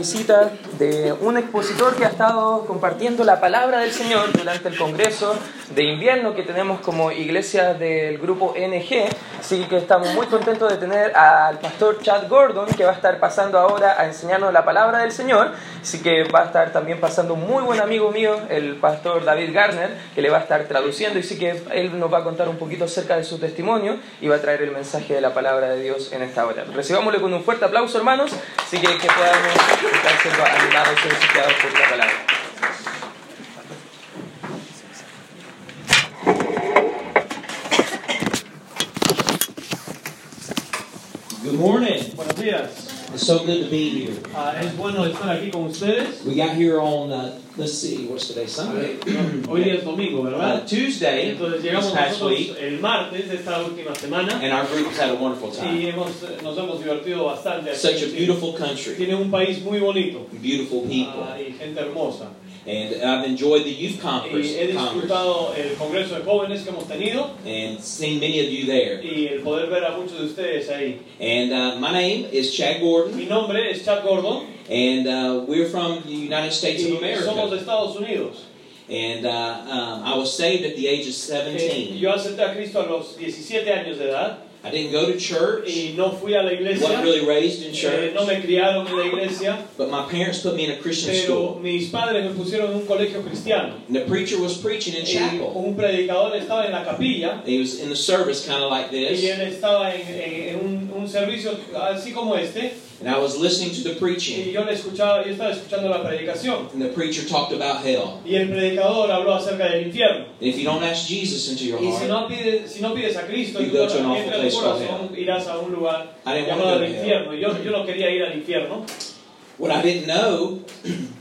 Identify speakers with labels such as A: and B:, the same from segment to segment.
A: visita de un expositor que ha estado compartiendo la palabra del Señor durante el Congreso de invierno que tenemos como iglesia del grupo NG. Así que estamos muy contentos de tener al pastor Chad Gordon que va a estar pasando ahora a enseñarnos la palabra del Señor. Así que va a estar también pasando un muy buen amigo mío, el pastor David Garner, que le va a estar traduciendo. Y sí que él nos va a contar un poquito acerca de su testimonio y va a traer el mensaje de la palabra de Dios en esta hora. Recibámosle con un fuerte aplauso, hermanos. Así que que podamos están siendo animados y edificados por la palabra.
B: Good morning. Buenos días.
C: It's so good to be here.
B: Ah, es bueno estar aquí con ustedes.
C: We got here on, uh, let's see, what's today, Sunday?
B: Hoy día es domingo,
C: Uh,
B: ¿verdad?
C: Tuesday,
B: Entonces
C: this
B: llegamos
C: past
B: nosotros
C: week,
B: el martes de esta última semana
C: and our group's had a wonderful
B: y
C: time.
B: hemos, eh, nos hemos divertido bastante. aquí.
C: Such a beautiful country,
B: Tiene un país muy bonito
C: beautiful people.
B: ah, y gente hermosa.
C: And I've enjoyed the youth conference,
B: Y he
C: conference
B: disfrutado el congreso de jóvenes que hemos tenido
C: and seen many of you there.
B: y el poder ver a muchos de ustedes ahí.
C: And uh, my name is Chad Gordon,
B: Mi nombre es Chad Gordon
C: and uh, we're from the United States of
B: y somos
C: America.
B: de Estados Unidos.
C: And uh, um, I was saved at the age of 17.
B: Eh, yo acepté a Cristo a los 17 años de edad
C: I didn't go to church,
B: y no fui a la
C: wasn't
B: iglesia.
C: really raised in
B: Eh,
C: church,
B: no me criaron en la iglesia,
C: but my parents put me in a Christian
B: pero
C: school.
B: mis padres me pusieron en un colegio cristiano.
C: And the preacher was preaching in
B: Y
C: chapel.
B: un predicador estaba en la capilla
C: He was in the service kind of like
B: y
C: this,
B: él estaba en, en- en un, un servicio así como este
C: and I was listening to the
B: y
C: preaching,
B: yo le escuchaba, yo estaba escuchando la predicación
C: and the preacher talked about hell.
B: y el predicador habló acerca del infierno.
C: And if you don't ask Jesus into your
B: Y si
C: heart,
B: no pides, si no pides a Cristo,
C: You
B: en
C: go to an
B: tu,
C: awful
B: entra en tu
C: place called
B: corazón irás a un lugar
C: I didn't want to
B: llamado
C: go
B: el
C: to hell.
B: infierno. Yo, yo no quería ir al infierno.
C: What I didn't know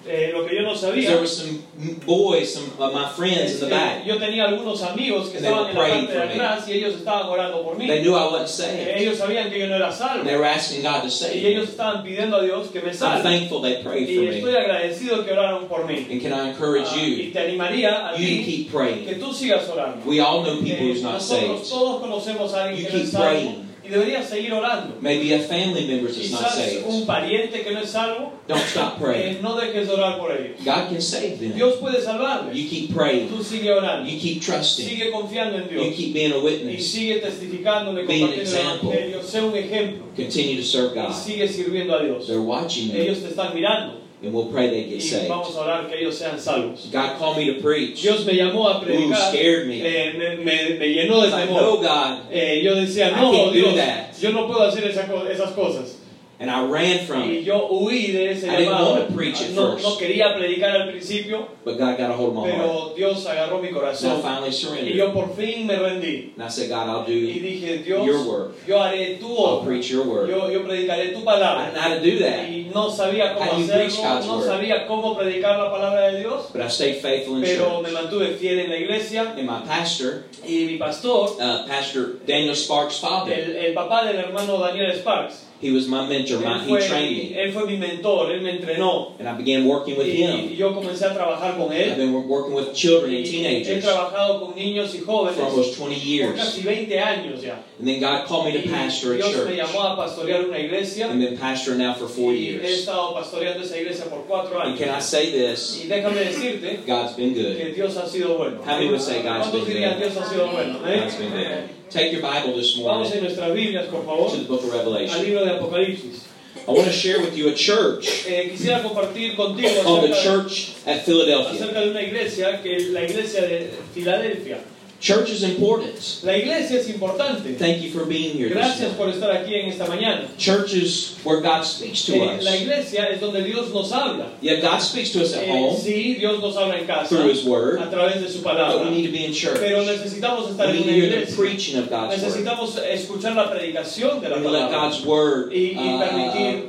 B: Eh, lo que yo no
C: is there
B: sabía
C: were some boys, some of my friends
B: es
C: in the
B: que
C: back.
B: yo tenía algunos amigos que
C: And they were praying
B: estaban en la parte de
C: for me.
B: atrás y ellos estaban orando por mí. Eh,
C: They knew I wasn't saved.
B: Ellos sabían que yo no era
C: And
B: salvo.
C: they were asking God to
B: Y
C: save me.
B: ellos estaban pidiendo a Dios que me
C: I'm
B: salve.
C: thankful they prayed
B: Y
C: Ah, for
B: estoy
C: me.
B: agradecido que oraron por mí.
C: And can I
B: Ah,
C: encourage
B: y
C: you?
B: te animaría a
C: You to
B: ti
C: keep
B: que
C: praying.
B: tú sigas orando.
C: We all know people
B: Eh,
C: who's not
B: nosotros
C: saved.
B: todos conocemos a alguien
C: You
B: que no
C: keep
B: es salvo.
C: praying.
B: Y deberías seguir orando.
C: Maybe a family member that's not
B: Quizás
C: saved.
B: un pariente que no es salvo,
C: Don't stop
B: eh,
C: praying.
B: no dejes de orar por ellos.
C: God can save them.
B: Dios puede salvarles.
C: You keep praying.
B: Tú sigue orando.
C: You keep trusting.
B: Sigue confiando en
C: You
B: Dios.
C: keep being a
B: Y
C: witness.
B: sigue testificando de
C: Be an
B: compartir el
C: example. Ah.
B: Evangelio. Sé un ejemplo.
C: Continue to serve
B: Y
C: God.
B: sigue sirviendo a Dios.
C: They're watching you,
B: Ellos te están mirando.
C: and we'll pray they get
B: y
C: saved.
B: vamos a orar que ellos sean salvos.
C: God called me to preach.
B: Dios me llamó a
C: Ooh,
B: predicar,
C: scared me.
B: eh, me, me- me llenó de
C: It's like,
B: temor.
C: no, God.
B: Eh, yo decía,
C: I
B: no,
C: can't do
B: Dios,
C: that.
B: yo no puedo hacer esa co- esas cosas.
C: And I ran from
B: Y
C: it.
B: yo huí de ese
C: I didn't
B: llamado.
C: want to preach at
B: No,
C: first.
B: no quería predicar al principio,
C: But God got a hold of my heart.
B: pero Dios agarró mi
C: So I
B: corazón.
C: finally
B: Y
C: surrendered.
B: yo por fin me rendí.
C: And I said, God, I'll
B: Y
C: do
B: dije,
C: your
B: Dios,
C: work.
B: yo haré tu
C: I'll
B: obra.
C: preach your word.
B: Yo, yo predicaré tu
C: I didn't know
B: palabra.
C: how to do that.
B: Y no sabía cómo
C: How do you preach
B: hacerlo,
C: God's
B: no
C: word?
B: sabía cómo predicar la palabra de Dios.
C: But I stayed faithful in
B: pero me
C: church.
B: mantuve fiel en la iglesia
C: And my pastor,
B: y mi pastor,
C: uh, Pastor Daniel Sparks' father,
B: el, el papá del hermano Daniel Sparks,
C: he was my mentor. My,
B: él
C: he
B: fue,
C: trained
B: mi,
C: me.
B: él fue mi mentor, él me entrenó
C: And I began working
B: y,
C: with him.
B: y yo comencé a trabajar con
C: I've
B: él.
C: been wor- working with children and
B: Y he
C: teenagers.
B: trabajado con niños y
C: for
B: jóvenes
C: almost 20
B: por
C: years.
B: casi 20 años ya.
C: And then God called me
B: Y
C: to pastor a
B: Dios me
C: church.
B: llamó a pastorear una iglesia
C: And been pastor now for four
B: y he
C: years.
B: estado pastoreando esa iglesia por cuatro
C: And can I
B: años.
C: say this?
B: Y déjame decirte
C: God's been
B: que
C: good.
B: Dios ha sido bueno.
C: How many would say God's
B: ¿Cuántos
C: been
B: dirían
C: good?
B: Dios ha sido bueno? eh?
C: God's been good. Take your Bible this
B: Vamos
C: morning
B: en nuestras Biblias, por favor,
C: to the book of
B: al
C: Revelation.
B: libro de Apocalipsis.
C: I want to share with you a church
B: Eh, quisiera compartir contigo
C: called Oh, the
B: acerca,
C: Church at Philadelphia.
B: acerca de una iglesia que es la iglesia de Filadelfia.
C: Church is important.
B: La iglesia es importante.
C: Thank you for being here. This
B: Gracias
C: morning.
B: por estar aquí en esta mañana.
C: Church is where God speaks to
B: Eh, la
C: us.
B: iglesia es donde Dios nos habla.
C: Yeah, God speaks to us at
B: Eh,
C: home
B: sí, Dios nos habla en casa
C: through His
B: a
C: Word,
B: través de su
C: but
B: palabra.
C: we need to be in church.
B: Pero
C: We
B: necesitamos estar en
C: need to
B: una
C: hear the
B: iglesia.
C: preaching of God's Word.
B: Necesitamos escuchar la predicación de la
C: and let
B: palabra
C: God's word
B: y, y
C: uh,
B: permitir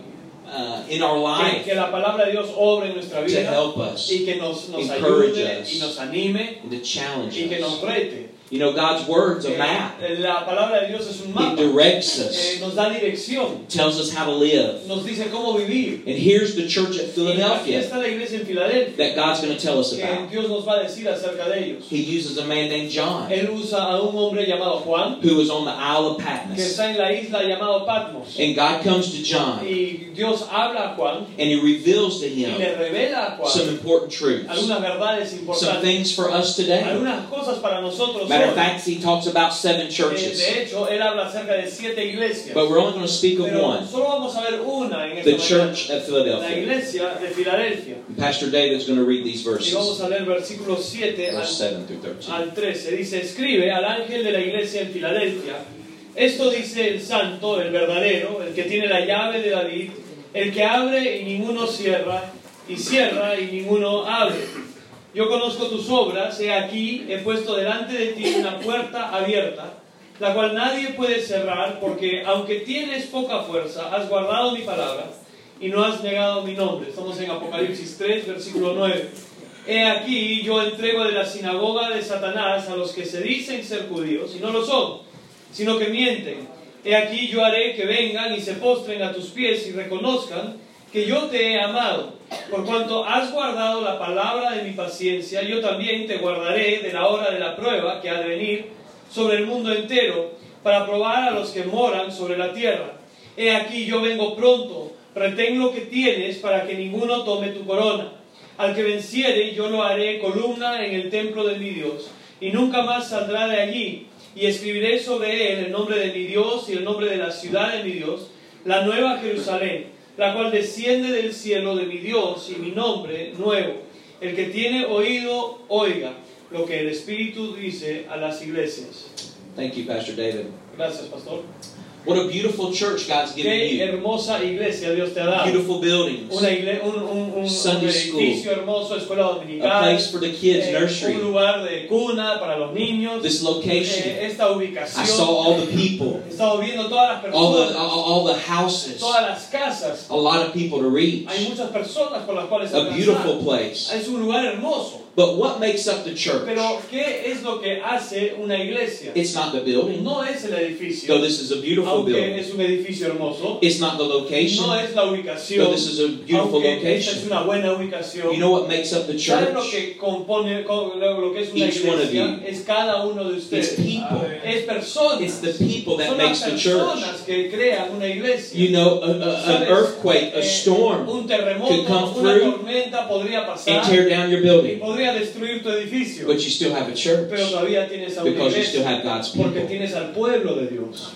C: uh, in our
B: que,
C: life
B: que la palabra de Dios obre en nuestra
C: to
B: vida
C: help us
B: y que nos, nos
C: Encourage
B: ayude
C: us.
B: y nos anime
C: and to challenge
B: y que nos
C: us.
B: rete.
C: You know, God's word's a map.
B: Eh, La palabra de Dios es un
C: It
B: mapa.
C: directs
B: Eh,
C: us,
B: nos da dirección,
C: tells us how to live.
B: nos dice cómo vivir.
C: And here's the church at
B: Y aquí
C: Philadelphia
B: está la iglesia en Filadelfia,
C: that God's going to tell us
B: que
C: about.
B: Dios nos va a decir acerca de ellos.
C: He uses a man named John
B: Él usa a un hombre llamado Juan,
C: who was on the Isle of
B: que
C: Patmos.
B: está en la isla llamado Patmos.
C: And God comes to John and
B: Y Dios habla a Juan
C: he reveals to
B: y le
C: him
B: revela a
C: some
B: Juan
C: important truths,
B: algunas verdades
C: some
B: importantes,
C: things for us today.
B: algunas cosas para nosotros.
C: Matter of
B: hoy.
C: fact, he talks about seven
B: Eh,
C: churches,
B: De hecho, él habla acerca de siete iglesias.
C: but we're only going to speak of
B: Pero
C: one
B: solo vamos a ver una en
C: the
B: esta mañana.
C: church at
B: La
C: Philadelphia.
B: iglesia de Filadelfia.
C: And Pastor David's going to read these
B: Y vamos
C: verses,
B: a leer versículos 7
C: verse
B: al,
C: 7 through 13.
B: al 13. Dice, escribe al ángel de la iglesia en Filadelfia. Esto dice el santo, el verdadero, el que tiene la llave de David, el que abre y ninguno cierra, y cierra y ninguno abre. Yo conozco tus obras, he aquí, he puesto delante de ti una puerta abierta, la cual nadie puede cerrar, porque aunque tienes poca fuerza, has guardado mi palabra y no has negado mi nombre. Estamos en Apocalipsis 3, versículo 9. He aquí, yo entrego de la sinagoga de Satanás a los que se dicen ser judíos, y no lo son, sino que mienten. He aquí yo haré que vengan y se postren a tus pies y reconozcan que yo te he amado. Por cuanto has guardado la palabra de mi paciencia, yo también te guardaré de la hora de la prueba que ha de venir sobre el mundo entero para probar a los que moran sobre la tierra. He aquí yo vengo pronto, retén lo que tienes para que ninguno tome tu corona. Al que venciere yo lo haré columna en el templo de mi Dios, y nunca más saldrá de allí, y escribiré sobre él el nombre de mi Dios y el nombre de la ciudad de mi Dios, la nueva Jerusalén, la cual desciende del cielo de mi Dios y mi nombre nuevo. El que tiene oído, oiga lo que el Espíritu dice a las iglesias.
C: Thank you, Pastor David.
B: Gracias, pastor.
C: What a beautiful church God's given
B: Qué
C: you.
B: hermosa iglesia Dios te ha dado.
C: Beautiful buildings,
B: Una igle- un, un- un- un
C: Sunday school.
B: edificio hermoso, escuela
C: a
B: dominical,
C: place for the kids,
B: eh, un
C: nursery,
B: lugar de cuna para los niños,
C: this
B: eh,
C: location.
B: esta
C: I saw
B: ubicación.
C: all the people,
B: He estado viendo todas las
C: all the
B: personas,
C: all, all the houses,
B: todas las casas.
C: a lot of people to reach.
B: Hay muchas personas con las cuales
C: A
B: alcanzar.
C: beautiful place.
B: Es un lugar hermoso.
C: But what makes up the church?
B: Pero ¿qué es lo que hace una iglesia?
C: It's not the building,
B: No es el edificio,
C: though this is a beautiful
B: aunque
C: building.
B: es un edificio hermoso.
C: It's not the
B: No
C: location,
B: es la
C: though
B: ubicación,
C: this is a beautiful
B: aunque esta es
C: location.
B: una buena ubicación.
C: You know what makes up the
B: ¿Saben lo
C: church?
B: que compone co- lo lo que es una
C: Each one of
B: iglesia?
C: you.
B: Es cada uno de
C: It's
B: ustedes.
C: people.
B: Es personas.
C: It's the people that
B: Son las
C: makes the church.
B: personas que crean una iglesia.
C: You know, a, a, an
B: ¿Sabes?
C: earthquake, a
B: Eh,
C: storm,
B: un
C: could come
B: terremoto, una
C: through
B: tormenta podría
C: and
B: pasar,
C: tear down your building,
B: podría destruir tu edificio,
C: but you still have a
B: pero
C: church
B: todavía tienes a una
C: because you still
B: iglesia,
C: have God's
B: porque
C: people.
B: tienes al pueblo de Dios.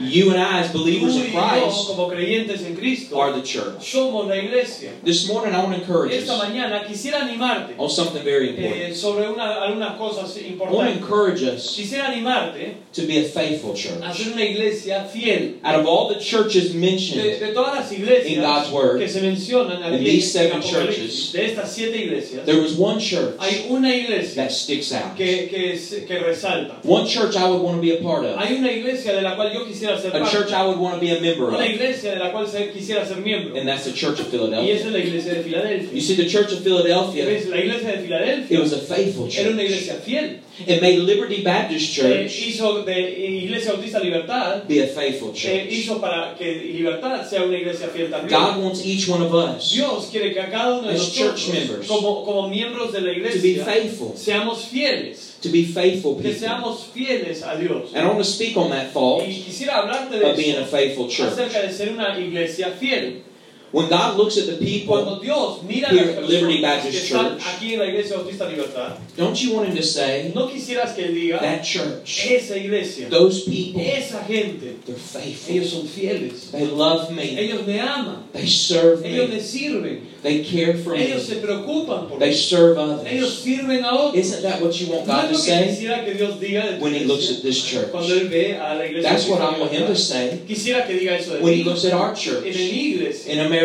C: You and I, as believers
B: Tú
C: in
B: y yo,
C: Christ,
B: como creyentes en Cristo,
C: are the church.
B: somos la iglesia.
C: This morning, I want to encourage
B: Esta
C: us
B: mañana quisiera animarte
C: on something very important.
B: eh, sobre una- algunas
C: I
B: cosas
C: want to
B: importantes.
C: encourage us
B: Quisiera animarte
C: to be a faithful church.
B: a ser una iglesia fiel.
C: Out of all the churches
B: De,
C: mentioned,
B: de todas las
C: In
B: iglesias
C: God's word,
B: que se mencionan
C: in
B: aquí
C: these
B: en
C: seven
B: Apocalipsis,
C: churches,
B: de estas siete iglesias,
C: there was one church
B: hay una iglesia
C: that sticks out.
B: que, que, se- que resalta.
C: One church I would want to be a part of.
B: Hay una iglesia de la cual yo quisiera ser
C: A church
B: parte,
C: I would want to be a member
B: una
C: of.
B: iglesia de la cual se- quisiera ser miembro,
C: And that's the Church of
B: y
C: Philadelphia.
B: esa es la iglesia de
C: You
B: Filadelfia.
C: see, the Church of Philadelphia,
B: ¿Ves? La iglesia de
C: it
B: Filadelfia
C: was a faithful
B: era una
C: church.
B: iglesia fiel.
C: It made Liberty Baptist
B: Eh,
C: Church
B: hizo de Iglesia Bautista Libertad,
C: be a faithful
B: eh,
C: church.
B: hizo para que Libertad sea una iglesia fiel también.
C: God wants each one of us
B: Dios quiere que a cada uno de
C: As church
B: nosotros,
C: members,
B: como, como miembros de la
C: to be
B: iglesia,
C: faithful,
B: seamos fieles,
C: to be faithful
B: que
C: people.
B: seamos fieles a Dios.
C: And I want to speak on that fault
B: Y quisiera hablarte
C: of being a
B: de
C: faithful
B: eso,
C: church.
B: acerca de ser una iglesia fiel.
C: When God looks at the people,
B: Cuando Dios mira a las
C: Oh. Here at Liberty
B: personas que
C: Baptist
B: están
C: Church.
B: aquí en la iglesia Bautista Libertad,
C: don't you want Him to say,
B: no quisieras que él diga,
C: that church,
B: esa iglesia,
C: those people,
B: esa gente,
C: they're faithful.
B: ellos son fieles,
C: They love me.
B: ellos me aman,
C: They serve
B: ellos me
C: me.
B: sirven,
C: They care for
B: ellos
C: me.
B: se preocupan por
C: They
B: mí,
C: serve
B: ellos
C: others.
B: sirven a otros.
C: Isn't that what you want
B: No
C: God
B: es
C: to
B: lo que
C: say
B: quisiera que Dios diga de tu
C: when He looks
B: iglesia,
C: at this
B: cuando
C: church?
B: Él ve a la iglesia
C: That's what
B: Bautista
C: I want Him to
B: Libertad.
C: say
B: Quisiera que diga eso de
C: when He
B: ti.
C: looks at our
B: En
C: church
B: mi iglesia,
C: in America,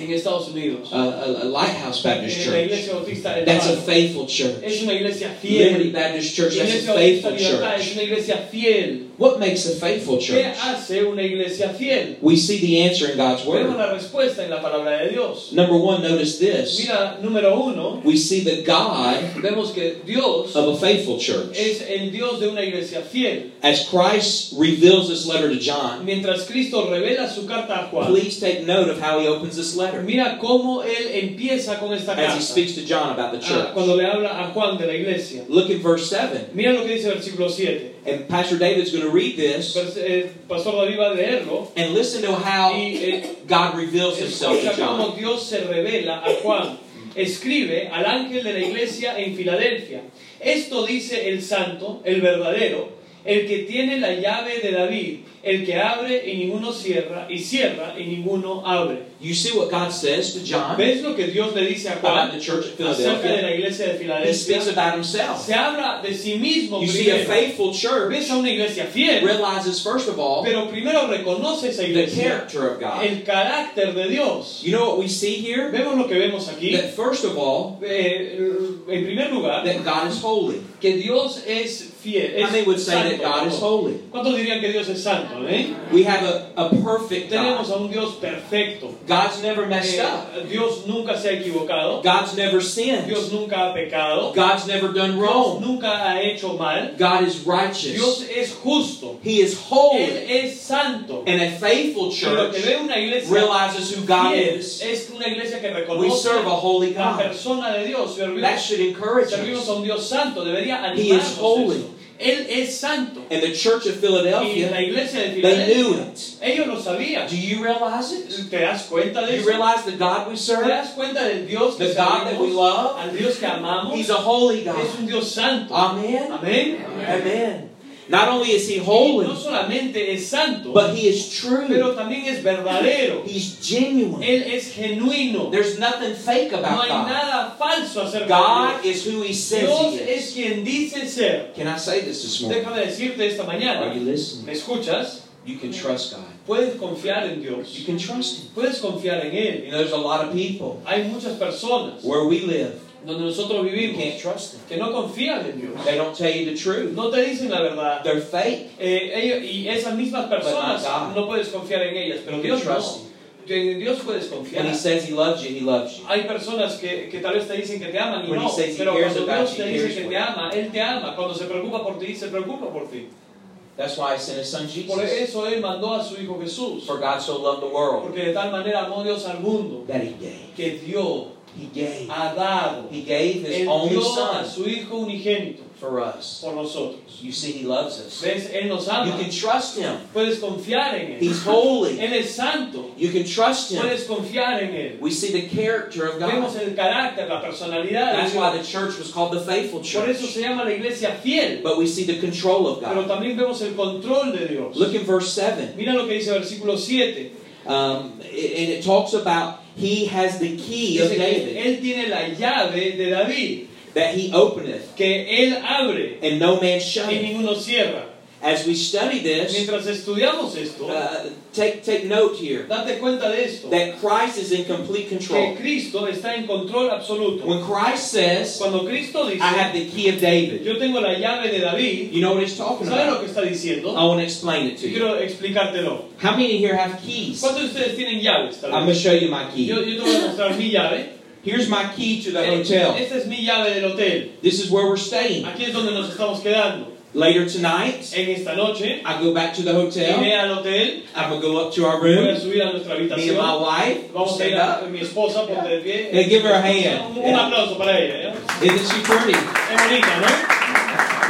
B: en Estados Unidos,
C: a, a- a Lighthouse Baptist
B: en la
C: Church.
B: iglesia Bautista
C: That's a
B: Libertad,
C: faithful
B: es
C: church.
B: una iglesia fiel.
C: Liberty Baptist Church, that's a
B: Iglesia Bautista
C: faithful
B: Libertad
C: church.
B: es una iglesia fiel.
C: What makes a faithful
B: ¿Qué
C: church?
B: hace una iglesia fiel?
C: We see the answer in God's
B: Vemos
C: Word.
B: la respuesta en la palabra de Dios.
C: Number one, notice this.
B: Mira, número uno,
C: We see the God
B: vemos que Dios
C: of a faithful church.
B: es el Dios de una iglesia fiel.
C: As Christ reveals this letter to John,
B: Mientras Cristo revela su carta a Juan,
C: please take note of how he opens this letter
B: mira cómo él empieza con esta
C: as he
B: carta.
C: speaks to John about Uh, the
B: Ah, cuando
C: church.
B: le habla a Juan de la iglesia.
C: Look at verse 7.
B: Mira lo que dice versículo 7.
C: And Pastor David's going to read this
B: Vers- eh, Pastor David va a leerlo
C: and listen to
B: y
C: how
B: eh,
C: God reveals himself to
B: escucha cómo
C: John.
B: Dios se revela a Juan. Escribe al ángel de la iglesia en Filadelfia. Esto dice el santo, el verdadero, el que tiene la llave de David, el que abre y ninguno cierra, y cierra y ninguno abre.
C: You see what God says to John
B: ¿Ves lo que Dios le dice a
C: about the
B: Juan
C: church at
B: acerca de
C: Philadelphia?
B: la iglesia de
C: He speaks
B: Filadelfia?
C: about himself.
B: Se habla de sí mismo
C: You see, a
B: primero.
C: faithful church
B: Ves a una iglesia fiel,
C: realizes, first of all,
B: pero primero reconoce esa
C: the
B: iglesia,
C: character of God.
B: el carácter de Dios.
C: You know what we see here?
B: Vemos lo que vemos aquí.
C: That, first of all,
B: Eh, en primer lugar,
C: that God is holy.
B: que Dios es fiel.
C: How
B: Es
C: many Ah, would say that
B: santo,
C: God is
B: perdón.
C: holy?
B: ¿Cuántos dirían que Dios es santo? eh?
C: We have a, a perfect
B: Tenemos
C: God.
B: a un Dios perfecto.
C: God's never messed
B: Eh,
C: up.
B: Dios nunca se ha equivocado.
C: God's never
B: Dios
C: sinned.
B: nunca ha pecado.
C: God's never done
B: Dios
C: wrong.
B: nunca ha hecho mal.
C: God is
B: Dios
C: righteous.
B: es justo.
C: He is
B: Él
C: holy.
B: es santo.
C: And a faithful
B: Pero que
C: church
B: ve una iglesia
C: realizes who God
B: fiel
C: is.
B: es una iglesia que
C: We
B: reconoce
C: serve a holy
B: la
C: God.
B: persona de Dios.
C: That
B: Servimos,
C: should encourage
B: servimos
C: us.
B: a un Dios santo. Debería
C: He
B: animarnos.
C: is holy.
B: eso. Él es santo.
C: And the church of
B: Y la
C: Philadelphia,
B: iglesia de
C: they
B: Filadelfia,
C: knew it.
B: ellos lo sabían.
C: Do you realize it?
B: ¿Te das cuenta
C: Do
B: de
C: you
B: eso?
C: realize the God we
B: ¿Te
C: serve?
B: das cuenta del Dios que
C: The God that we
B: servimos?
C: love?
B: Al Dios que amamos.
C: He's a holy
B: Es
C: God.
B: un Dios santo.
C: Amen.
B: Amén.
C: Amen. Not only is he
B: Y No
C: holy,
B: solamente es santo,
C: but he is true.
B: pero también es verdadero.
C: He's genuine.
B: Él es genuino.
C: There's nothing fake
B: No
C: about
B: hay
C: God.
B: nada falso acerca
C: God
B: de
C: is who he
B: Dios.
C: says
B: Dios
C: he
B: es
C: is.
B: quien dice ser.
C: Can I say this this morning?
B: Déjame decirte esta
C: Are
B: mañana.
C: you listening?
B: ¿Me escuchas?
C: You can trust God.
B: Puedes confiar en
C: You
B: Dios.
C: can trust him.
B: Puedes confiar en Él.
C: You know, there's a lot of people
B: Hay muchas personas
C: where we live,
B: donde nosotros
C: you
B: vivimos
C: can't trust them.
B: que no confían en Dios.
C: They don't tell you the truth.
B: No te dicen la verdad.
C: They're fake.
B: Eh, ellos- y esas mismas personas
C: But not God.
B: no puedes confiar en ellas, pero
C: You can
B: Dios
C: trust
B: no. En Dios puedes confiar.
C: When he says he loves you, he loves you.
B: Hay personas que, que tal vez te dicen que te aman y
C: When he
B: no,
C: says he
B: pero
C: cares
B: cuando
C: about
B: Dios
C: you,
B: te
C: he
B: dice
C: cares
B: que
C: for
B: te
C: you.
B: ama, Él te ama. Cuando se preocupa por ti, se preocupa por ti.
C: That's why he sent his son
B: Por
C: Jesus.
B: eso Él mandó a su Hijo Jesús,
C: For God so loved the world
B: porque de tal manera amó Dios al mundo
C: that he gave.
B: que dio,
C: He gave.
B: ha dado,
C: He gave
B: Él
C: his only
B: dio a
C: son
B: su Hijo unigénito
C: for us.
B: por nosotros.
C: You see, he loves us.
B: ¿Ves? Él nos
C: You
B: ama.
C: can trust him.
B: Puedes confiar en Él.
C: He's holy.
B: Él es santo.
C: You can trust him.
B: Puedes confiar en Él.
C: We see the character of
B: Vemos
C: God.
B: el carácter, la personalidad. de
C: That's why
B: Dios.
C: the church was called the faithful
B: Por eso
C: church.
B: se llama la iglesia fiel.
C: But we see the control of
B: Pero
C: God.
B: también vemos el control de Dios.
C: Look in verse 7.
B: Mira lo que dice versículo 7.
C: Um, it- and it talks about he has the key of
B: Dice
C: David,
B: que él tiene la llave de David,
C: that he openeth,
B: que él abre
C: and no man
B: y
C: shutteth.
B: ninguno cierra.
C: As we study this,
B: Mientras estudiamos esto,
C: uh, take, take note here
B: date cuenta de esto.
C: that Christ is in complete
B: Que
C: control.
B: Cristo está en control absoluto.
C: When Christ says,
B: Cuando Cristo
C: I have the
B: dice,
C: key of David.
B: yo tengo la llave de David,
C: You know what he's talking
B: ¿sabes lo
C: about?
B: que está diciendo?
C: I want to explain it to
B: Yo
C: you.
B: quiero explicártelo.
C: How many here have keys?
B: ¿Cuántos de ustedes tienen llaves? tal
C: I'm
B: vez?
C: going to show you my
B: Yo,
C: key.
B: yo te voy a mostrar mi llave.
C: Here's my key to the
B: Eh,
C: hotel.
B: Esta es mi llave del hotel.
C: This is where we're staying.
B: Aquí es donde nos estamos quedando.
C: Later tonight,
B: En esta noche,
C: I go back to the
B: iré
C: hotel.
B: al hotel,
C: I'm going to go up to our
B: voy a
C: room.
B: subir a nuestra
C: Me and my
B: habitación.
C: wife will
B: Vamos a
C: stand
B: ir a
C: up.
B: mi esposa, ponte de pie.
C: Hey, give her a hand.
B: Un, un aplauso para ella. ¿eh?
C: Isn't she pretty?
B: Es bonita, ¿no?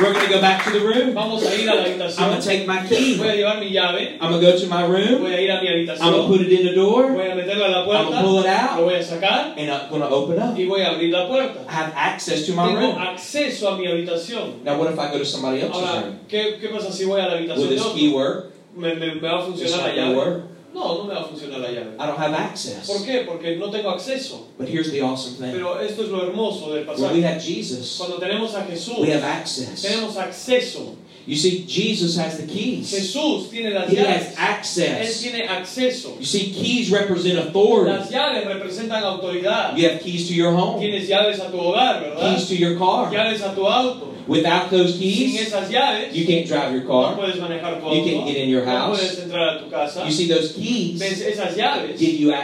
C: We're going to go back to the room.
B: Vamos a ir a la
C: I'm going
B: habitación.
C: to take my
B: Voy a
C: key.
B: llevar mi llave.
C: I'm going to go to my room.
B: Voy a ir a mi
C: I'm going to
B: habitación.
C: put it in the door.
B: Voy a meterla a la
C: I'm going to
B: puerta.
C: pull it
B: Lo
C: out.
B: voy a sacar
C: And I'm going to open up.
B: y voy a abrir la puerta.
C: I have access to my
B: Tengo
C: room.
B: acceso a mi habitación.
C: Now, what if I go to somebody else's
B: Ahora,
C: room?
B: ¿qué, qué pasa si voy a la
C: Will
B: habitación de
C: this key
B: otro?
C: work?
B: ¿Me, me, me va a
C: It's not
B: funcionar la
C: going to
B: llave?
C: work.
B: No, no me va a funcionar la llave.
C: I don't have
B: ¿Por
C: access.
B: qué? Porque no tengo acceso.
C: But here's the awesome thing.
B: Pero esto es lo hermoso del
C: When we
B: pasaje.
C: have Jesus,
B: Cuando tenemos a Jesús,
C: we have access.
B: tenemos acceso.
C: You see, Jesus has the keys.
B: Jesús tiene las
C: He has
B: llaves. Él
C: access.
B: tiene acceso.
C: You see, keys represent authority.
B: Las llaves representan autoridad.
C: You have keys to your home,
B: Tienes llaves a tu hogar, ¿verdad?
C: keys to your car,
B: Llaves a tu auto.
C: Without those
B: Sin
C: keys,
B: esas llaves,
C: you can't drive your
B: no
C: car.
B: puedes manejar tu
C: You
B: auto,
C: can't get in your
B: no
C: house.
B: puedes entrar a tu casa.
C: You see, those
B: Ves,
C: keys
B: esas
C: give
B: llaves
C: you
B: te dan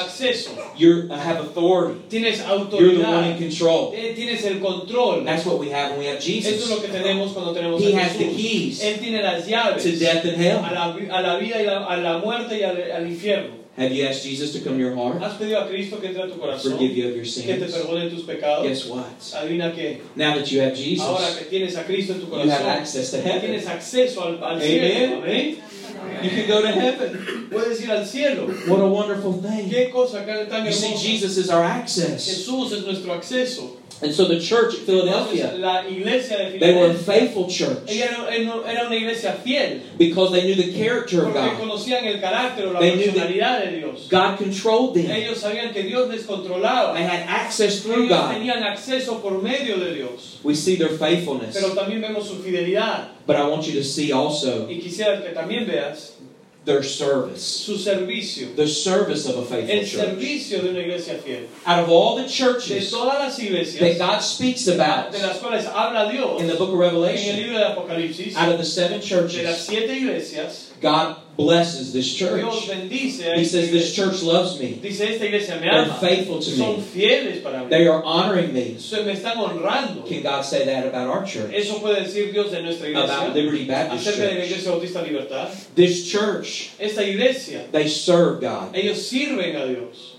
C: access.
B: acceso.
C: You have authority.
B: Tienes
C: You're the one in
B: autoridad,
C: control.
B: eh, tienes el control.
C: That's what we have when we have
B: Eso es
C: Jesus.
B: lo que tenemos cuando tenemos
C: He
B: a
C: has the
B: Jesús.
C: keys
B: Él tiene las llaves
C: to death and
B: a
C: hell.
B: la, vi- a la vida y la- a la muerte y al, al infierno.
C: Have you asked Jesus to come to your heart?
B: ¿Has pedido a Cristo que entre a tu corazón?
C: Forgive you of your
B: Que te
C: sins.
B: perdone tus pecados.
C: Guess what?
B: Adivina que
C: Now that you have
B: ahora
C: Jesus,
B: que tienes a Cristo en tu
C: you have
B: corazón,
C: access to heaven.
B: tienes acceso al, al
C: Amen.
B: cielo. Amén.
C: You can go to heaven.
B: Puedes ir al cielo.
C: What a wonderful thing.
B: Qué cosa tan tan
C: You see,
B: hermosa.
C: Jesus is our access.
B: Jesús es nuestro acceso.
C: And so the church at
B: Entonces,
C: Philadelphia,
B: la iglesia de
C: they were a
B: Filadelfia
C: faithful church
B: ella no- eh, no- era una iglesia fiel
C: because they knew the character of
B: porque
C: God.
B: conocían el carácter o la
C: They knew that-
B: personalidad de Dios.
C: God controlled them.
B: Ellos sabían que Dios les controlaba.
C: They had access through
B: Ellos
C: God.
B: tenían acceso por medio de Dios.
C: We see their faithfulness.
B: Pero también vemos su fidelidad.
C: But I want you to see also
B: Y quisiera que también veas
C: their service.
B: su servicio.
C: The service of a faithful
B: El
C: church.
B: servicio de una iglesia fiel.
C: Out of all the
B: De
C: churches
B: todas las
C: that
B: iglesias
C: God speaks
B: de
C: about
B: las cuales habla Dios
C: in the
B: en
C: book of
B: el
C: Revelation,
B: libro de Apocalipsis,
C: out of the seven
B: de las
C: churches,
B: siete iglesias,
C: God blesses this
B: Dios
C: church.
B: bendice a
C: He
B: esta
C: says, This
B: iglesia.
C: church loves me.
B: Dice, esta iglesia me
C: They're
B: ama.
C: faithful to
B: Son
C: me.
B: fieles para mí.
C: They are honoring me.
B: Se me están honrando.
C: Can God say that about our church?
B: Eso puede decir Dios de nuestra
C: About
B: iglesia.
C: Liberty Baptist
B: Acerca de la
C: Church.
B: iglesia bautista libertad.
C: This church,
B: Esta iglesia,
C: they serve God.
B: ellos sirven a Dios.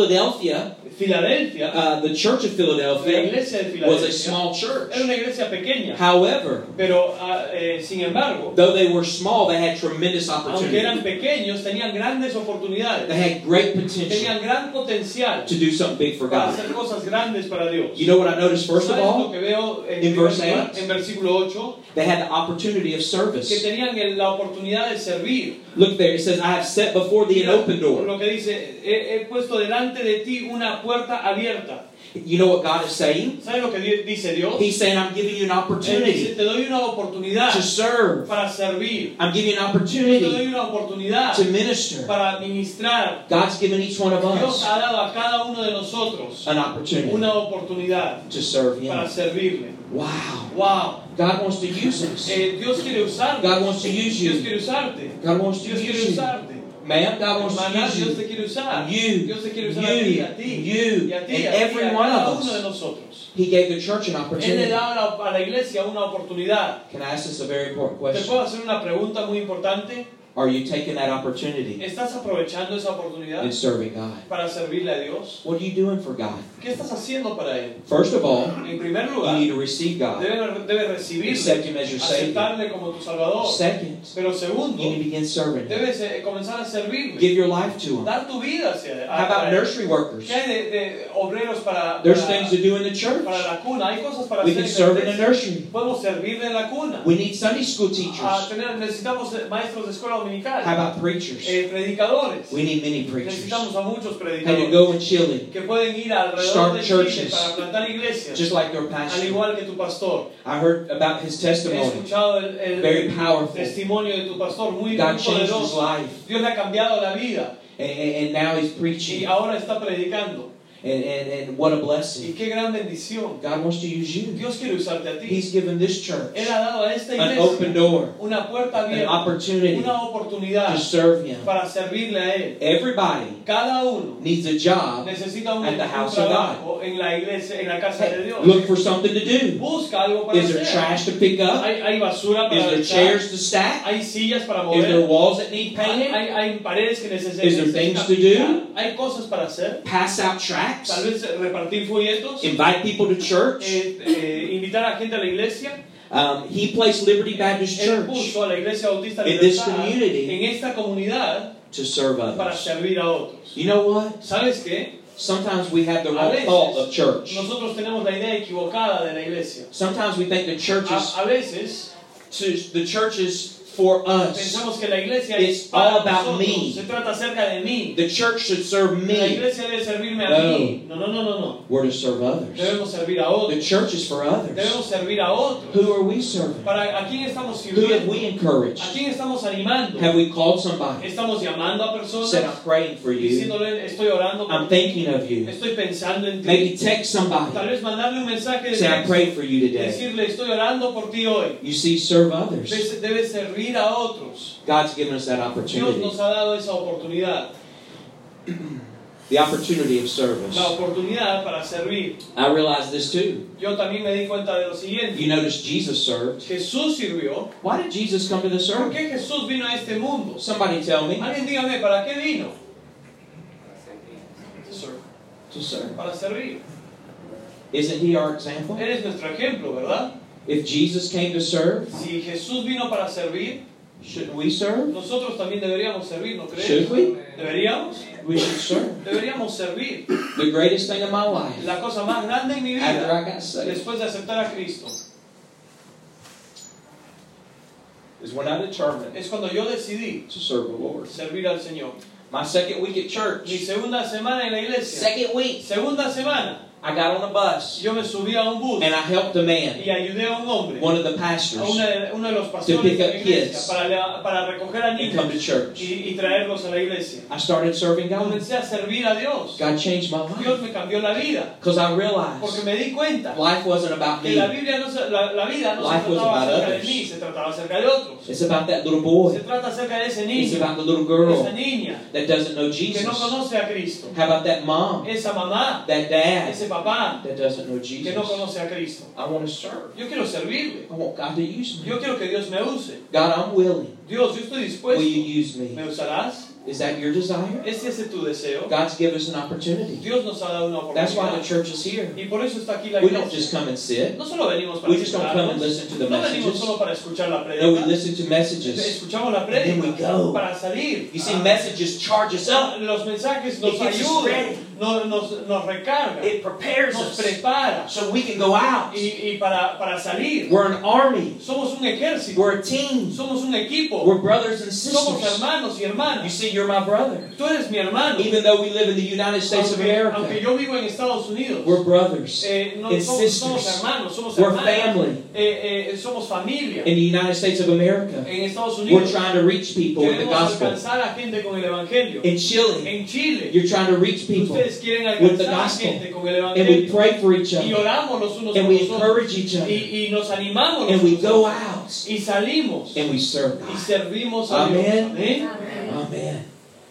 C: Philadelphia,
B: Filadelfia,
C: uh, the church of
B: la
C: Philadelphia,
B: iglesia de
C: was a
B: Filadelfia,
C: small Ah. church.
B: era una iglesia pequeña.
C: However,
B: Pero, ah, eh, sin embargo,
C: though they were small, they had tremendous
B: aunque eran
C: opportunity.
B: pequeños, tenían grandes oportunidades.
C: They had great potential
B: Tenían gran potencial
C: to do something big for
B: para
C: God.
B: hacer cosas grandes para Dios.
C: You know what I noticed first of
B: ¿Sabes lo
C: all?
B: que veo en,
C: in
B: primer
C: verse
B: lugar,
C: eight?
B: en versículo 8?
C: They had the opportunity of
B: Que
C: service.
B: tenían el- la oportunidad de servir.
C: Look there, it says, I have set before thee an open door.
B: Lo que dice, he, he puesto delante de ti una puerta abierta.
C: You know what God is saying?
B: ¿Sabes lo que di- dice Dios?
C: He's saying, I'm giving you an
B: Él dice,
C: opportunity
B: te doy una oportunidad
C: to serve.
B: para servir.
C: I'm giving you an
B: Te doy
C: opportunity
B: una oportunidad
C: to minister.
B: para administrar.
C: God's given each one of
B: Dios
C: us
B: ha dado a cada uno de nosotros
C: an opportunity
B: una oportunidad
C: to serve
B: para
C: Him.
B: servirle.
C: Wow.
B: Wow.
C: God wants to use us.
B: Eh, Dios quiere usarte.
C: God wants to use
B: Dios
C: you.
B: quiere usarte.
C: God wants to
B: Dios quiere
C: use you.
B: usarte.
C: Ma'am, God
B: Hermana,
C: wants to
B: Dios
C: use you.
B: te quiere usar.
C: You,
B: Dios te quiere usar a ti,
C: you,
B: a ti.
C: you,
B: Y a
C: and
B: ti, a ti,
C: every
B: a
C: one
B: cada
C: of
B: uno de
C: us.
B: nosotros.
C: He gave the church an
B: Él le
C: opportunity.
B: da a la, a la iglesia una oportunidad.
C: Can I ask this a very important
B: ¿Te
C: question?
B: puedo hacer una pregunta muy importante?
C: Are you taking that opportunity
B: ¿Estás aprovechando esa oportunidad
C: and serving God?
B: para servirle a Dios?
C: What are you doing for God?
B: ¿Qué estás haciendo para Él?
C: First of all,
B: En primer
C: you
B: lugar,
C: need to receive God.
B: debes debe recibirle,
C: Accept Him as your Savior.
B: aceptarle como tu Salvador.
C: Second,
B: Pero
C: you need to
B: segundo,
C: begin serving Him.
B: debes eh, comenzar a servirle,
C: Give your life to Him.
B: dar tu vida hacia
C: How about
B: a- a-
C: nursery workers?
B: ¿Qué hay de, de obreros para,
C: There's things
B: para,
C: to do in the church.
B: para la cuna? Hay cosas para
C: We can
B: hacer. en la
C: serve in a
B: iglesia.
C: nursery.
B: Podemos servirle en la cuna.
C: We need Sunday school
B: A
C: teachers.
B: tener- necesitamos eh, maestros de escuela dominical,
C: How about preachers?
B: eh, predicadores.
C: We need many preachers.
B: Necesitamos a muchos
C: Had to
B: predicadores
C: go in Chile,
B: que pueden ir alrededor
C: Start
B: de Chile
C: churches.
B: para plantar iglesias,
C: just like their
B: al
C: pastor.
B: igual que tu pastor.
C: I heard about his
B: He
C: testimony.
B: escuchado el, el-
C: Very powerful.
B: testimonio de tu pastor, muy, muy
C: God changed his
B: poderoso.
C: life,
B: Dios le ha cambiado la vida
C: and, and, and now he's
B: y
C: preaching.
B: ahora está predicando.
C: And, and, and what a
B: Y
C: blessing!
B: qué gran bendición.
C: God wants to use you.
B: Dios quiere usarte a ti.
C: He's given this church
B: Él ha dado a esta
C: an open
B: iglesia
C: door,
B: una puerta
C: an
B: abierta,
C: opportunity
B: una
C: to
B: oportunidad
C: serve Him.
B: para servirle a Él.
C: Everybody
B: Cada uno
C: needs a job.
B: necesita un,
C: At the
B: un
C: house of
B: trabajo en la iglesia, en la casa de
C: Hey,
B: Dios.
C: look for something to do.
B: Busca algo para
C: Is there
B: hacer.
C: trash to pick up?
B: Hay, hay basura
C: Is
B: para
C: there
B: echar,
C: chairs to stack?
B: hay sillas para
C: Is there
B: mover,
C: walls that need
B: hay,
C: painted?
B: hay, hay paredes que neces-
C: Is there
B: necesitan
C: things to
B: pintar, hay cosas para hacer.
C: Pass out
B: Tal
C: tracts?
B: vez repartir folletos,
C: Invite people to church?
B: eh, eh, invitar a gente a la iglesia.
C: Um, he placed Liberty Baptist
B: Él
C: Church
B: puso a la iglesia bautista
C: In this
B: Libertad
C: community.
B: en esta comunidad
C: to serve
B: para
C: others.
B: servir a otros.
C: You know what?
B: ¿Sabes qué?
C: Sometimes we have the
B: A
C: wrong
B: veces,
C: thought of church.
B: Nosotros tenemos la idea equivocada de la iglesia.
C: Sometimes we think the church is
B: A, a veces
C: to, the church is for us.
B: Pensamos que la iglesia
C: It's
B: es para
C: all about
B: nosotros,
C: me.
B: se trata acerca de mí.
C: The church should serve
B: La
C: me.
B: iglesia debe servirme a
C: No.
B: mí. No, no, no, no, no.
C: We're to serve others.
B: Debemos servir a
C: The
B: otros.
C: church is for others.
B: Debemos servir a otros.
C: Who are we serving?
B: Para, ¿A quién estamos
C: Who have
B: sirviendo?
C: we
B: ¿A
C: encouraged?
B: quién estamos animando?
C: Have we called somebody?
B: Estamos llamando a
C: Said,
B: personas
C: I'm praying for you.
B: diciéndole estoy orando por
C: I'm
B: ti.
C: thinking of you.
B: Estoy pensando en ti.
C: Maybe text
B: Tal
C: somebody.
B: vez mandarle un mensaje de
C: Say, I
B: texto,
C: prayed for you today.
B: decirle estoy orando por ti hoy.
C: You see, serve others.
B: Debes, debes servir a otros.
C: God's given us that
B: Dios nos
C: opportunity.
B: ha dado esa oportunidad,
C: The opportunity of service.
B: la oportunidad para servir.
C: I realized this too.
B: Yo también me di cuenta de lo siguiente.
C: You notice Jesus served.
B: Jesús sirvió.
C: Why did Jesus come to the
B: ¿Por
C: service?
B: qué Jesús vino a este mundo?
C: Somebody tell me.
B: Alguien dígame, ¿para qué vino?
C: To serve.
B: Para servir.
C: Isn't he our example?
B: Eres nuestro ejemplo, ¿verdad?
C: If Jesus came to serve,
B: Si Jesús vino para servir,
C: shouldn't we serve?
B: nosotros también deberíamos servir, ¿no crees?
C: Should we?
B: ¿Deberíamos?
C: We should serve.
B: Deberíamos servir.
C: The greatest thing in my life
B: La cosa más grande en mi
C: after
B: vida,
C: I got saved
B: después de aceptar a Cristo,
C: is when I determined
B: es cuando yo decidí
C: to serve the Lord.
B: servir al Señor.
C: My second week at
B: Mi
C: church,
B: segunda semana en la iglesia.
C: second week,
B: Segunda semana,
C: I got on a bus
B: yo me subí a un bus
C: and I helped a man,
B: y ayudé a un hombre,
C: one of the
B: a
C: pastors,
B: una de- uno de los pastores de la
C: kids.
B: iglesia, para, la- para recoger a
C: and come
B: niños
C: to church.
B: y, y traerlos a la iglesia.
C: I started serving God.
B: Comencé a servir a Dios.
C: God changed my life
B: Dios me cambió la vida,
C: because I
B: porque
C: realized
B: me di cuenta
C: life wasn't about
B: que la,
C: me.
B: Biblia no se- la, la vida no se
C: Life was
B: trataba
C: about
B: acerca de
C: others.
B: mí, se trataba acerca de otros.
C: It's about that little
B: Se
C: boy.
B: trata acerca de ese
C: It's
B: niño,
C: about the little
B: de esa
C: girl
B: niña
C: that doesn't know
B: que no
C: Jesus.
B: conoce a Cristo,
C: How about that mom,
B: esa mamá,
C: that dad
B: ese papá
C: that doesn't know
B: que no
C: Jesus?
B: conoce a Cristo.
C: I want to serve.
B: Yo quiero servirle.
C: I want God to use me.
B: Yo quiero que Dios me use.
C: God, I'm willing.
B: Dios, yo estoy
C: Will you use
B: dispuesto. ¿Me
C: me?
B: usarás? Este
C: Is that your desire?
B: ¿Es ese tu deseo?
C: God's given us an opportunity.
B: Dios nos ha dado una
C: That's why the
B: oportunidad.
C: church is here.
B: Y por eso está aquí la
C: We don't just
B: iglesia.
C: come and sit.
B: No solo venimos para
C: We just don't come and
B: escucharnos.
C: listen to the
B: No venimos
C: messages.
B: solo para escuchar la
C: No, we
B: prédica.
C: listen to messages.
B: Escuchamos la
C: And then we
B: prédica
C: go.
B: para salir.
C: You see, messages charge us
B: Ah,
C: up.
B: Los mensajes nos
C: It gets us ready.
B: ayudan, nos, nos, nos recargan,
C: It prepares
B: nos
C: us
B: prepara.
C: so we can go out.
B: Y, y para, para salir.
C: We're an army.
B: Somos un ejército.
C: We're a team.
B: Somos un equipo.
C: We're brothers and
B: Somos
C: sisters.
B: hermanos y
C: You
B: hermanas.
C: see, you're my brother.
B: Tú eres mi hermano.
C: Even though we live in the United States of
B: aunque, aunque
C: America,
B: yo vivo en Estados Unidos,
C: we're brothers
B: eh, no
C: and
B: somos, somos
C: sisters.
B: hermanos, somos
C: We're
B: hermanas,
C: family.
B: eh, eh, somos familia.
C: In the United States of America,
B: En Estados
C: we're
B: Unidos
C: trying to reach people with the
B: queremos
C: gospel. Eh,
B: alcanzar a gente con el evangelio.
C: In Chile,
B: En Chile
C: you're trying to reach people,
B: ustedes quieren
C: with the
B: alcanzar a
C: gospel.
B: gente con el
C: and we
B: evangelio
C: pray for each
B: y
C: other,
B: oramos los unos
C: and
B: por
C: we
B: los otros
C: encourage each other,
B: y, y nos animamos los
C: and we
B: unos a los
C: go
B: otros.
C: out
B: y salimos
C: and we serve.
B: y servimos a Dios.
C: Amén.
B: Amén.
C: Amen.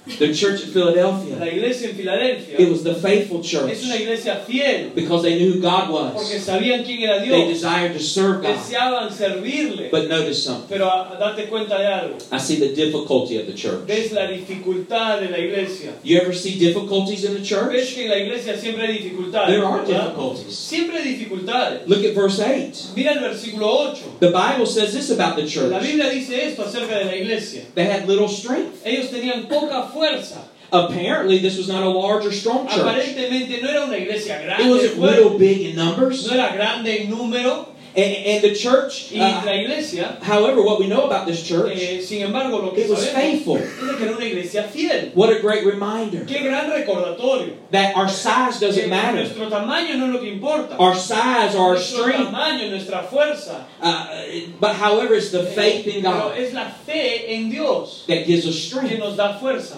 C: The church at
B: La
C: Philadelphia,
B: iglesia en Filadelfia
C: it was the faithful
B: es una
C: church
B: iglesia fiel
C: because they knew who God
B: porque
C: was.
B: sabían quién era
C: They
B: Dios,
C: desired to serve God.
B: deseaban servirle.
C: But notice something.
B: Pero a- date cuenta de algo.
C: I see the difficulty of the church.
B: Ves la dificultad de la iglesia.
C: You ever see difficulties in the
B: Ves
C: church?
B: que en la iglesia siempre hay dificultades.
C: There are
B: ¿verdad?
C: difficulties.
B: Siempre hay dificultades.
C: Look at verse 8.
B: Mira el versículo 8.
C: The Bible says this about the
B: La
C: church.
B: Biblia dice esto acerca de la iglesia.
C: They had little strength.
B: Ellos tenían poca fuerza.
C: Apparently, this was not a large or strong church.
B: Aparentemente no era una iglesia
C: It
B: grande,
C: wasn't
B: fuerte,
C: real big in numbers.
B: no era grande en número.
C: And, and the church,
B: Y
C: uh,
B: la iglesia,
C: however, what we know about this church,
B: eh, sin embargo, lo que
C: it was
B: sabemos
C: faithful.
B: es de que era una iglesia fiel.
C: What a great reminder
B: Qué gran recordatorio.
C: that our size
B: Que
C: doesn't matter.
B: nuestro tamaño no es lo que importa.
C: Our size, our
B: Nuestro
C: strength,
B: tamaño, nuestra fuerza. eh,
C: uh, but however, it's the faith in
B: Pero
C: God
B: es la fe en Dios
C: that gives us
B: que
C: strength.
B: nos da fuerza.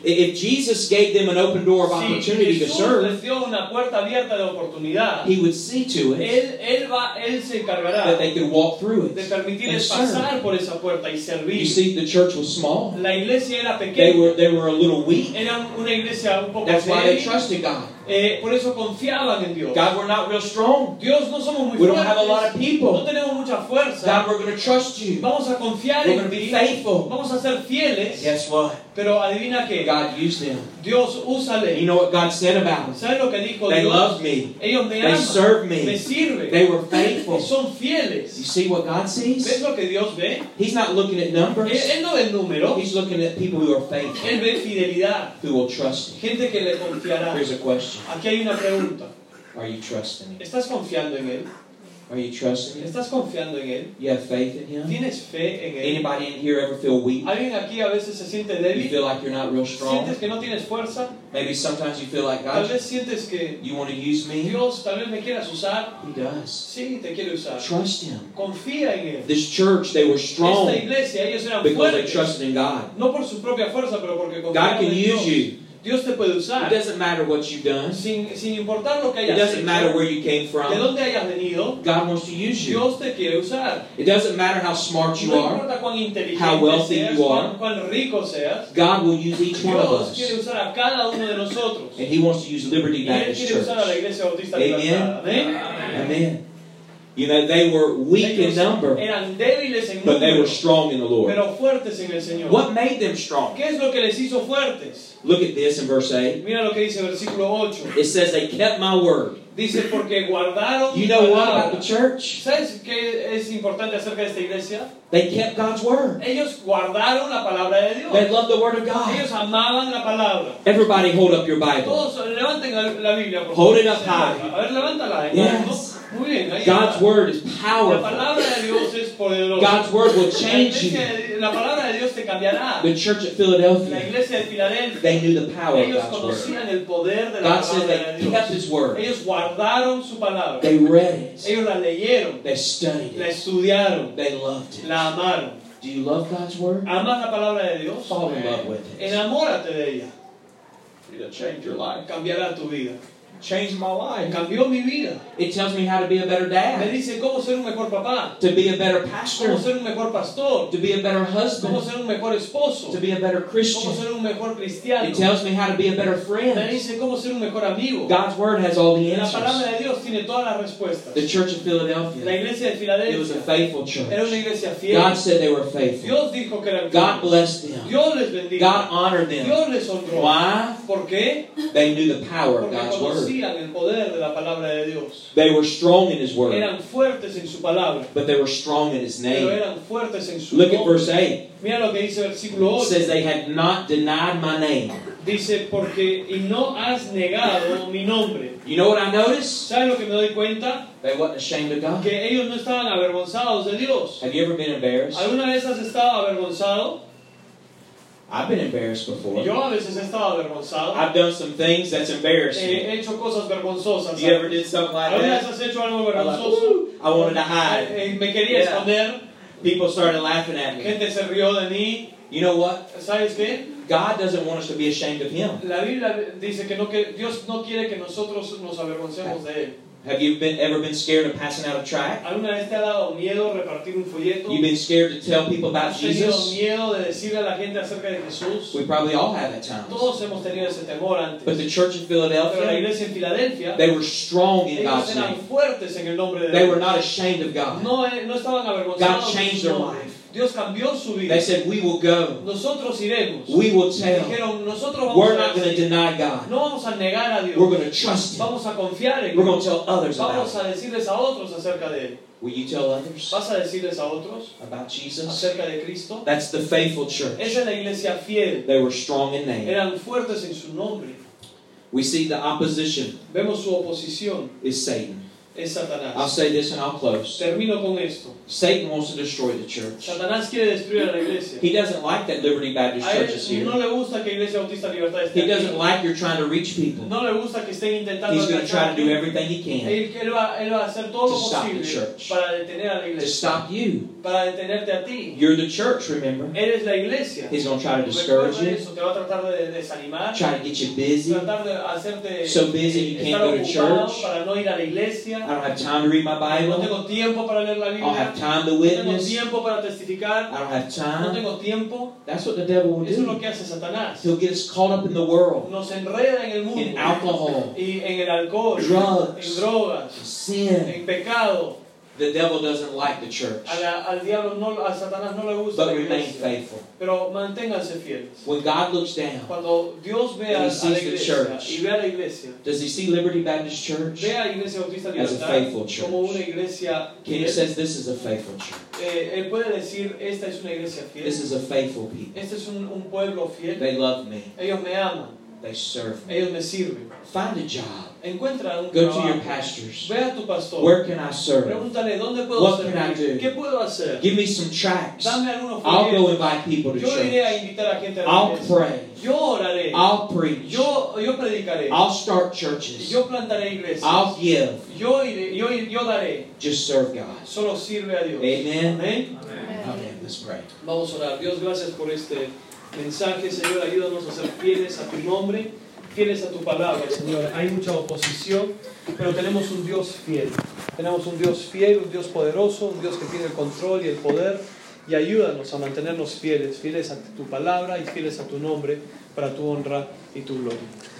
C: I- If Jesus gave them an open door of
B: Si
C: opportunity to
B: Jesús
C: serve,
B: les dio una puerta abierta de oportunidad,
C: He would see to it
B: él, él, va, él se encargará
C: that they could walk through
B: de
C: it. and
B: permitirles
C: serve.
B: pasar por esa puerta y
C: You
B: servir.
C: see, the church was small.
B: La iglesia era
C: They
B: pequeña,
C: were they were a little weak.
B: era una iglesia un poco
C: That's why they
B: débil,
C: trusted God.
B: eh, por eso confiaban en Dios.
C: God, we're not real strong.
B: Dios no somos muy
C: We don't have a lot of
B: fuertes, no
C: people.
B: tenemos mucha fuerza,
C: God, we're going to trust you. We're
B: vamos a confiar
C: going to
B: en
C: be
B: ti,
C: faithful.
B: vamos a ser fieles,
C: Guess what?
B: pero adivina que
C: God used them.
B: Dios
C: You
B: úsale.
C: know what God said about them?
B: ¿Sabes lo que dijo
C: They
B: Dios?
C: loved me.
B: Ellos
C: They
B: me aman,
C: served
B: me
C: me.
B: sirven,
C: They were faithful.
B: son
C: You
B: fieles.
C: see what God
B: ¿Ves
C: sees?
B: lo que Dios ve?
C: He's not looking at
B: Él,
C: numbers.
B: él no ve el número,
C: He's looking at people who are faithful,
B: él ve fidelidad,
C: who will trust Him.
B: gente que le confiará.
C: Here's a question:
B: Aquí hay una pregunta.
C: Are you trusting Him?
B: ¿Estás confiando en Él?
C: Are you trusting Him?
B: ¿Estás confiando en Él?
C: You have faith in Him?
B: ¿Tienes fe en Él?
C: Anybody in here ever feel weak?
B: ¿Alguien aquí a veces se siente
C: You
B: débil?
C: feel like you're not real strong?
B: ¿Sientes que no tienes fuerza?
C: Maybe sometimes you feel like,
B: Tal
C: God,
B: vez sientes que
C: you want to use me?
B: Dios tal vez me quieras usar.
C: He does.
B: Sí, te quiere usar.
C: Trust Him.
B: Confía en Él.
C: This church, they were
B: Esta
C: strong
B: iglesia, ellos eran
C: because they
B: fuertes.
C: trusted in God.
B: No por su propia fuerza, pero porque
C: God
B: confiaron
C: can
B: en
C: use
B: Dios.
C: you.
B: Dios te puede
C: It
B: usar.
C: doesn't matter what you've done.
B: Sin, sin importar lo que
C: It
B: hayas
C: doesn't matter
B: hecho,
C: where you came
B: de
C: from.
B: dónde hayas venido,
C: God wants to use you.
B: Dios te quiere usar.
C: It doesn't matter how smart you
B: No
C: are.
B: importa cuán
C: How
B: inteligente
C: wealthy
B: seas,
C: you are.
B: cuán, cuán rico seas,
C: God will use each one of
B: Dios
C: us.
B: quiere usar a cada uno de nosotros.
C: And He wants to use Liberty
B: Y Él
C: Baptist
B: quiere usar a la
C: Church.
B: iglesia bautista
C: Amen.
B: Libertad. Amén.
C: Amen. You know, they were weak in
B: Ellos
C: number,
B: eran débiles en
C: but they were
B: número,
C: strong in the Lord.
B: pero fuertes en el Señor.
C: What made them strong?
B: ¿Qué es lo que les hizo fuertes?
C: Look at this in verse 8.
B: Mira lo que dice versículo 8.
C: It says they kept my word.
B: Dice, porque guardaron
C: You
B: mi
C: know what
B: palabra.
C: about the church?
B: ¿Sabes qué es importante acerca de esta iglesia?
C: They kept God's word.
B: Ellos guardaron la palabra de Dios.
C: They loved the word of God.
B: Ellos amaban la palabra.
C: Everybody hold up your Bible.
B: Todos levanten la Biblia, por favor.
C: Hold it up high.
B: A ver, levántala.
C: Yes.
B: ¿no? Muy bien, ahí
C: God's
B: está.
C: word is
B: La
C: powerful.
B: palabra de Dios es poderosa.
C: God's word will
B: La,
C: change you.
B: iglesia de- la palabra de Dios te cambiará.
C: The church at
B: La
C: Philadelphia,
B: iglesia de Filadelfia,
C: they knew the power of
B: ellos
C: God's word.
B: conocían el poder de la
C: God said
B: palabra de
C: they kept
B: Dios.
C: His word.
B: Ellos guardaron su palabra.
C: They read it.
B: Ellos la leyeron,
C: They studied
B: la
C: it.
B: estudiaron,
C: They loved
B: la
C: it.
B: amaron.
C: Do you love God's word?
B: ¿Amas la palabra de Dios?
C: Fall in love with it.
B: Enamórate de ella.
C: It'll change your life.
B: Cambiará tu vida.
C: Change my life.
B: Cambió mi vida.
C: It tells me how to be a better
B: Me
C: dad,
B: dice cómo ser un mejor papá,
C: to be a better
B: cómo
C: pastor,
B: ser un mejor pastor,
C: to be a better
B: cómo
C: husband,
B: ser un mejor esposo,
C: to be a better
B: cómo
C: Christian.
B: ser un mejor
C: It
B: cristiano.
C: tells me how to be a better
B: Me
C: friend.
B: dice cómo ser un mejor amigo.
C: God's word has all the
B: La palabra
C: answers.
B: de Dios tiene todas las respuestas.
C: The church of
B: La
C: Philadelphia,
B: iglesia de
C: it was a
B: Filadelfia
C: faithful
B: era una
C: church.
B: iglesia
C: God
B: fiel.
C: said they were faithful.
B: Dios dijo que eran
C: God
B: fieles.
C: blessed them.
B: Dios les bendiga.
C: God honored them.
B: Dios les honró.
C: Why?
B: ¿Por qué?
C: They knew the power of
B: Porque
C: God's word.
B: conocían el poder de la palabra de Dios.
C: They were strong in His word,
B: Eran fuertes en su palabra,
C: but they were strong in His
B: pero
C: name.
B: eran fuertes en su
C: Look at
B: nombre.
C: verse 8.
B: Mira lo que dice
C: It
B: versículo 8.
C: says, They had not denied my name.
B: Dice, porque y no has negado mi nombre.
C: You know what I noticed?
B: ¿Sabes lo que me doy cuenta?
C: They wasn't ashamed of God.
B: Que ellos no estaban avergonzados de Dios.
C: Have you ever been embarrassed?
B: ¿Alguna vez has estado avergonzado?
C: I've been embarrassed before.
B: Yo a veces he estado avergonzado.
C: I've done some things that's embarrassing.
B: He hecho cosas vergonzosas.
C: You ever did something like
B: ¿Alguna vez
C: that?
B: has hecho algo
C: I'm like,
B: vergonzoso?
C: "Ooh, I wanted to hide.
B: Eh, eh, Me quería
C: Yeah.
B: esconder.
C: People started laughing at me.
B: Gente se rió de mí.
C: You know what?
B: ¿Sabes qué?
C: God doesn't want us to be ashamed of Him.
B: La Biblia dice que, no, que Dios no quiere que nosotros nos avergoncemos de Él.
C: Have you been ever been scared of passing out a tract?
B: ¿Alguna vez te ha dado miedo repartir un folleto?
C: You've been scared to tell people about
B: ¿Has tenido
C: Jesus?
B: miedo de decirle a la gente acerca de Jesús?
C: We probably all have at times.
B: Todos hemos tenido ese temor
C: But
B: antes.
C: the church in
B: Pero la
C: Philadelphia,
B: iglesia en Filadelfia,
C: they were strong in
B: ellos
C: God's
B: eran
C: name.
B: fuertes en el nombre de
C: They were
B: Dios.
C: not ashamed of God.
B: No, eh, no estaban avergonzados.
C: God
B: de
C: changed
B: su
C: their
B: nombre.
C: life.
B: Dios cambió su vida.
C: They said, We will go.
B: Nosotros iremos.
C: We will tell.
B: Dijeron, nosotros vamos
C: We're not
B: a
C: going to deny God.
B: no vamos a negar a
C: We're
B: Dios.
C: going to trust Him.
B: Vamos a confiar en
C: We're going
B: Él.
C: to tell others about
B: Vamos
C: Him.
B: a decirles a otros acerca de Él.
C: Will you tell others
B: ¿Vas a decirles a otros
C: about Jesus?
B: acerca de Cristo?
C: That's the faithful church.
B: Esa es la iglesia fiel.
C: They were strong in name.
B: Eran fuertes en su nombre.
C: We see the opposition
B: Vemos su oposición.
C: is Satan.
B: es
C: I'll
B: Satanás.
C: say this and I'll close.
B: Termino con esto.
C: Satan wants to destroy the church.
B: Satanás quiere destruir a la iglesia.
C: He doesn't like that Liberty Baptist
B: A
C: Church is
B: él
C: here.
B: no le gusta que Iglesia Bautista Libertad esté
C: He doesn't
B: aquí.
C: like you're trying to reach people.
B: No le gusta que estén intentando
C: He's going to try
B: alcanzar.
C: to do everything he can
B: Él, él va, él va a hacer todo
C: To
B: lo
C: stop the
B: posible
C: church.
B: para detener a la
C: to
B: iglesia,
C: stop you.
B: para detenerte a ti.
C: You're the church, remember?
B: Eres la iglesia.
C: He's going to try to discourage
B: Recuerda
C: you,
B: eso, te va a tratar de desanimar,
C: try to get you busy. I
B: tratar de hacerte
C: So busy you can't
B: estar
C: go to
B: ocupado
C: church.
B: para no ir a la iglesia.
C: don't have time to read my
B: No
C: Bible.
B: tengo tiempo para leer la
C: I don't have
B: Biblia.
C: time to
B: No tengo
C: witness.
B: tiempo para testificar.
C: I don't have
B: No
C: time.
B: tengo tiempo.
C: That's what the devil will
B: Eso es lo
C: do.
B: que hace Satanás.
C: He'll get us caught up in the world,
B: nos enreda en el
C: in
B: mundo
C: alcohol,
B: y en el alcohol, en
C: drugs,
B: drogas,
C: sin.
B: en pecado.
C: The devil doesn't like the church,
B: A la- al diablo no, a Satanás no le gusta la
C: but remain
B: iglesia.
C: faithful.
B: Pero manténganse fieles.
C: When God looks down,
B: Cuando Dios ve a,
C: And he
B: a
C: sees
B: la
C: the
B: iglesia
C: church.
B: y ve a la iglesia,
C: does he see Liberty Baptist Church?
B: ve a la iglesia bautista
C: As a
B: libertad
C: faithful church.
B: como una iglesia
C: King
B: fiel.
C: says this is a faithful church.
B: Eh, él puede decir, esta es una iglesia
C: This
B: fiel,
C: is a faithful people.
B: este es un, un pueblo fiel,
C: They love me.
B: ellos me aman,
C: They serve me.
B: Ellos me sirven.
C: Find a job.
B: Encuentra un
C: Go to your
B: trabajo.
C: pastors.
B: Ve a tu pastor.
C: Where can I serve?
B: Pregúntale, ¿dónde puedo
C: What can I
B: servir?
C: do?
B: ¿Qué puedo hacer?
C: Give me some tracts.
B: Dame algunos
C: I'll go
B: folletos.
C: invite people to
B: Yo iré a
C: church.
B: invitar a gente a la
C: I'll
B: iglesia.
C: pray.
B: Yo oraré.
C: I'll preach.
B: Yo, yo predicaré.
C: I'll start churches.
B: Yo plantaré iglesias.
C: I'll give.
B: Yo, iré, yo, yo daré.
C: Just serve God.
B: Solo sirve a Dios.
C: Amen.
B: Amén.
C: Amen. Let's pray.
B: Vamos a orar. Dios, gracias por este mensaje, Señor. Ayúdanos a ser fieles a tu nombre, fieles a tu palabra, Señor. Hay mucha oposición, pero tenemos un Dios fiel. Tenemos un Dios fiel, un Dios poderoso, un Dios que tiene el control y el poder. Y ayúdanos a mantenernos fieles, fieles a tu palabra y fieles a tu nombre, para tu honra y tu gloria.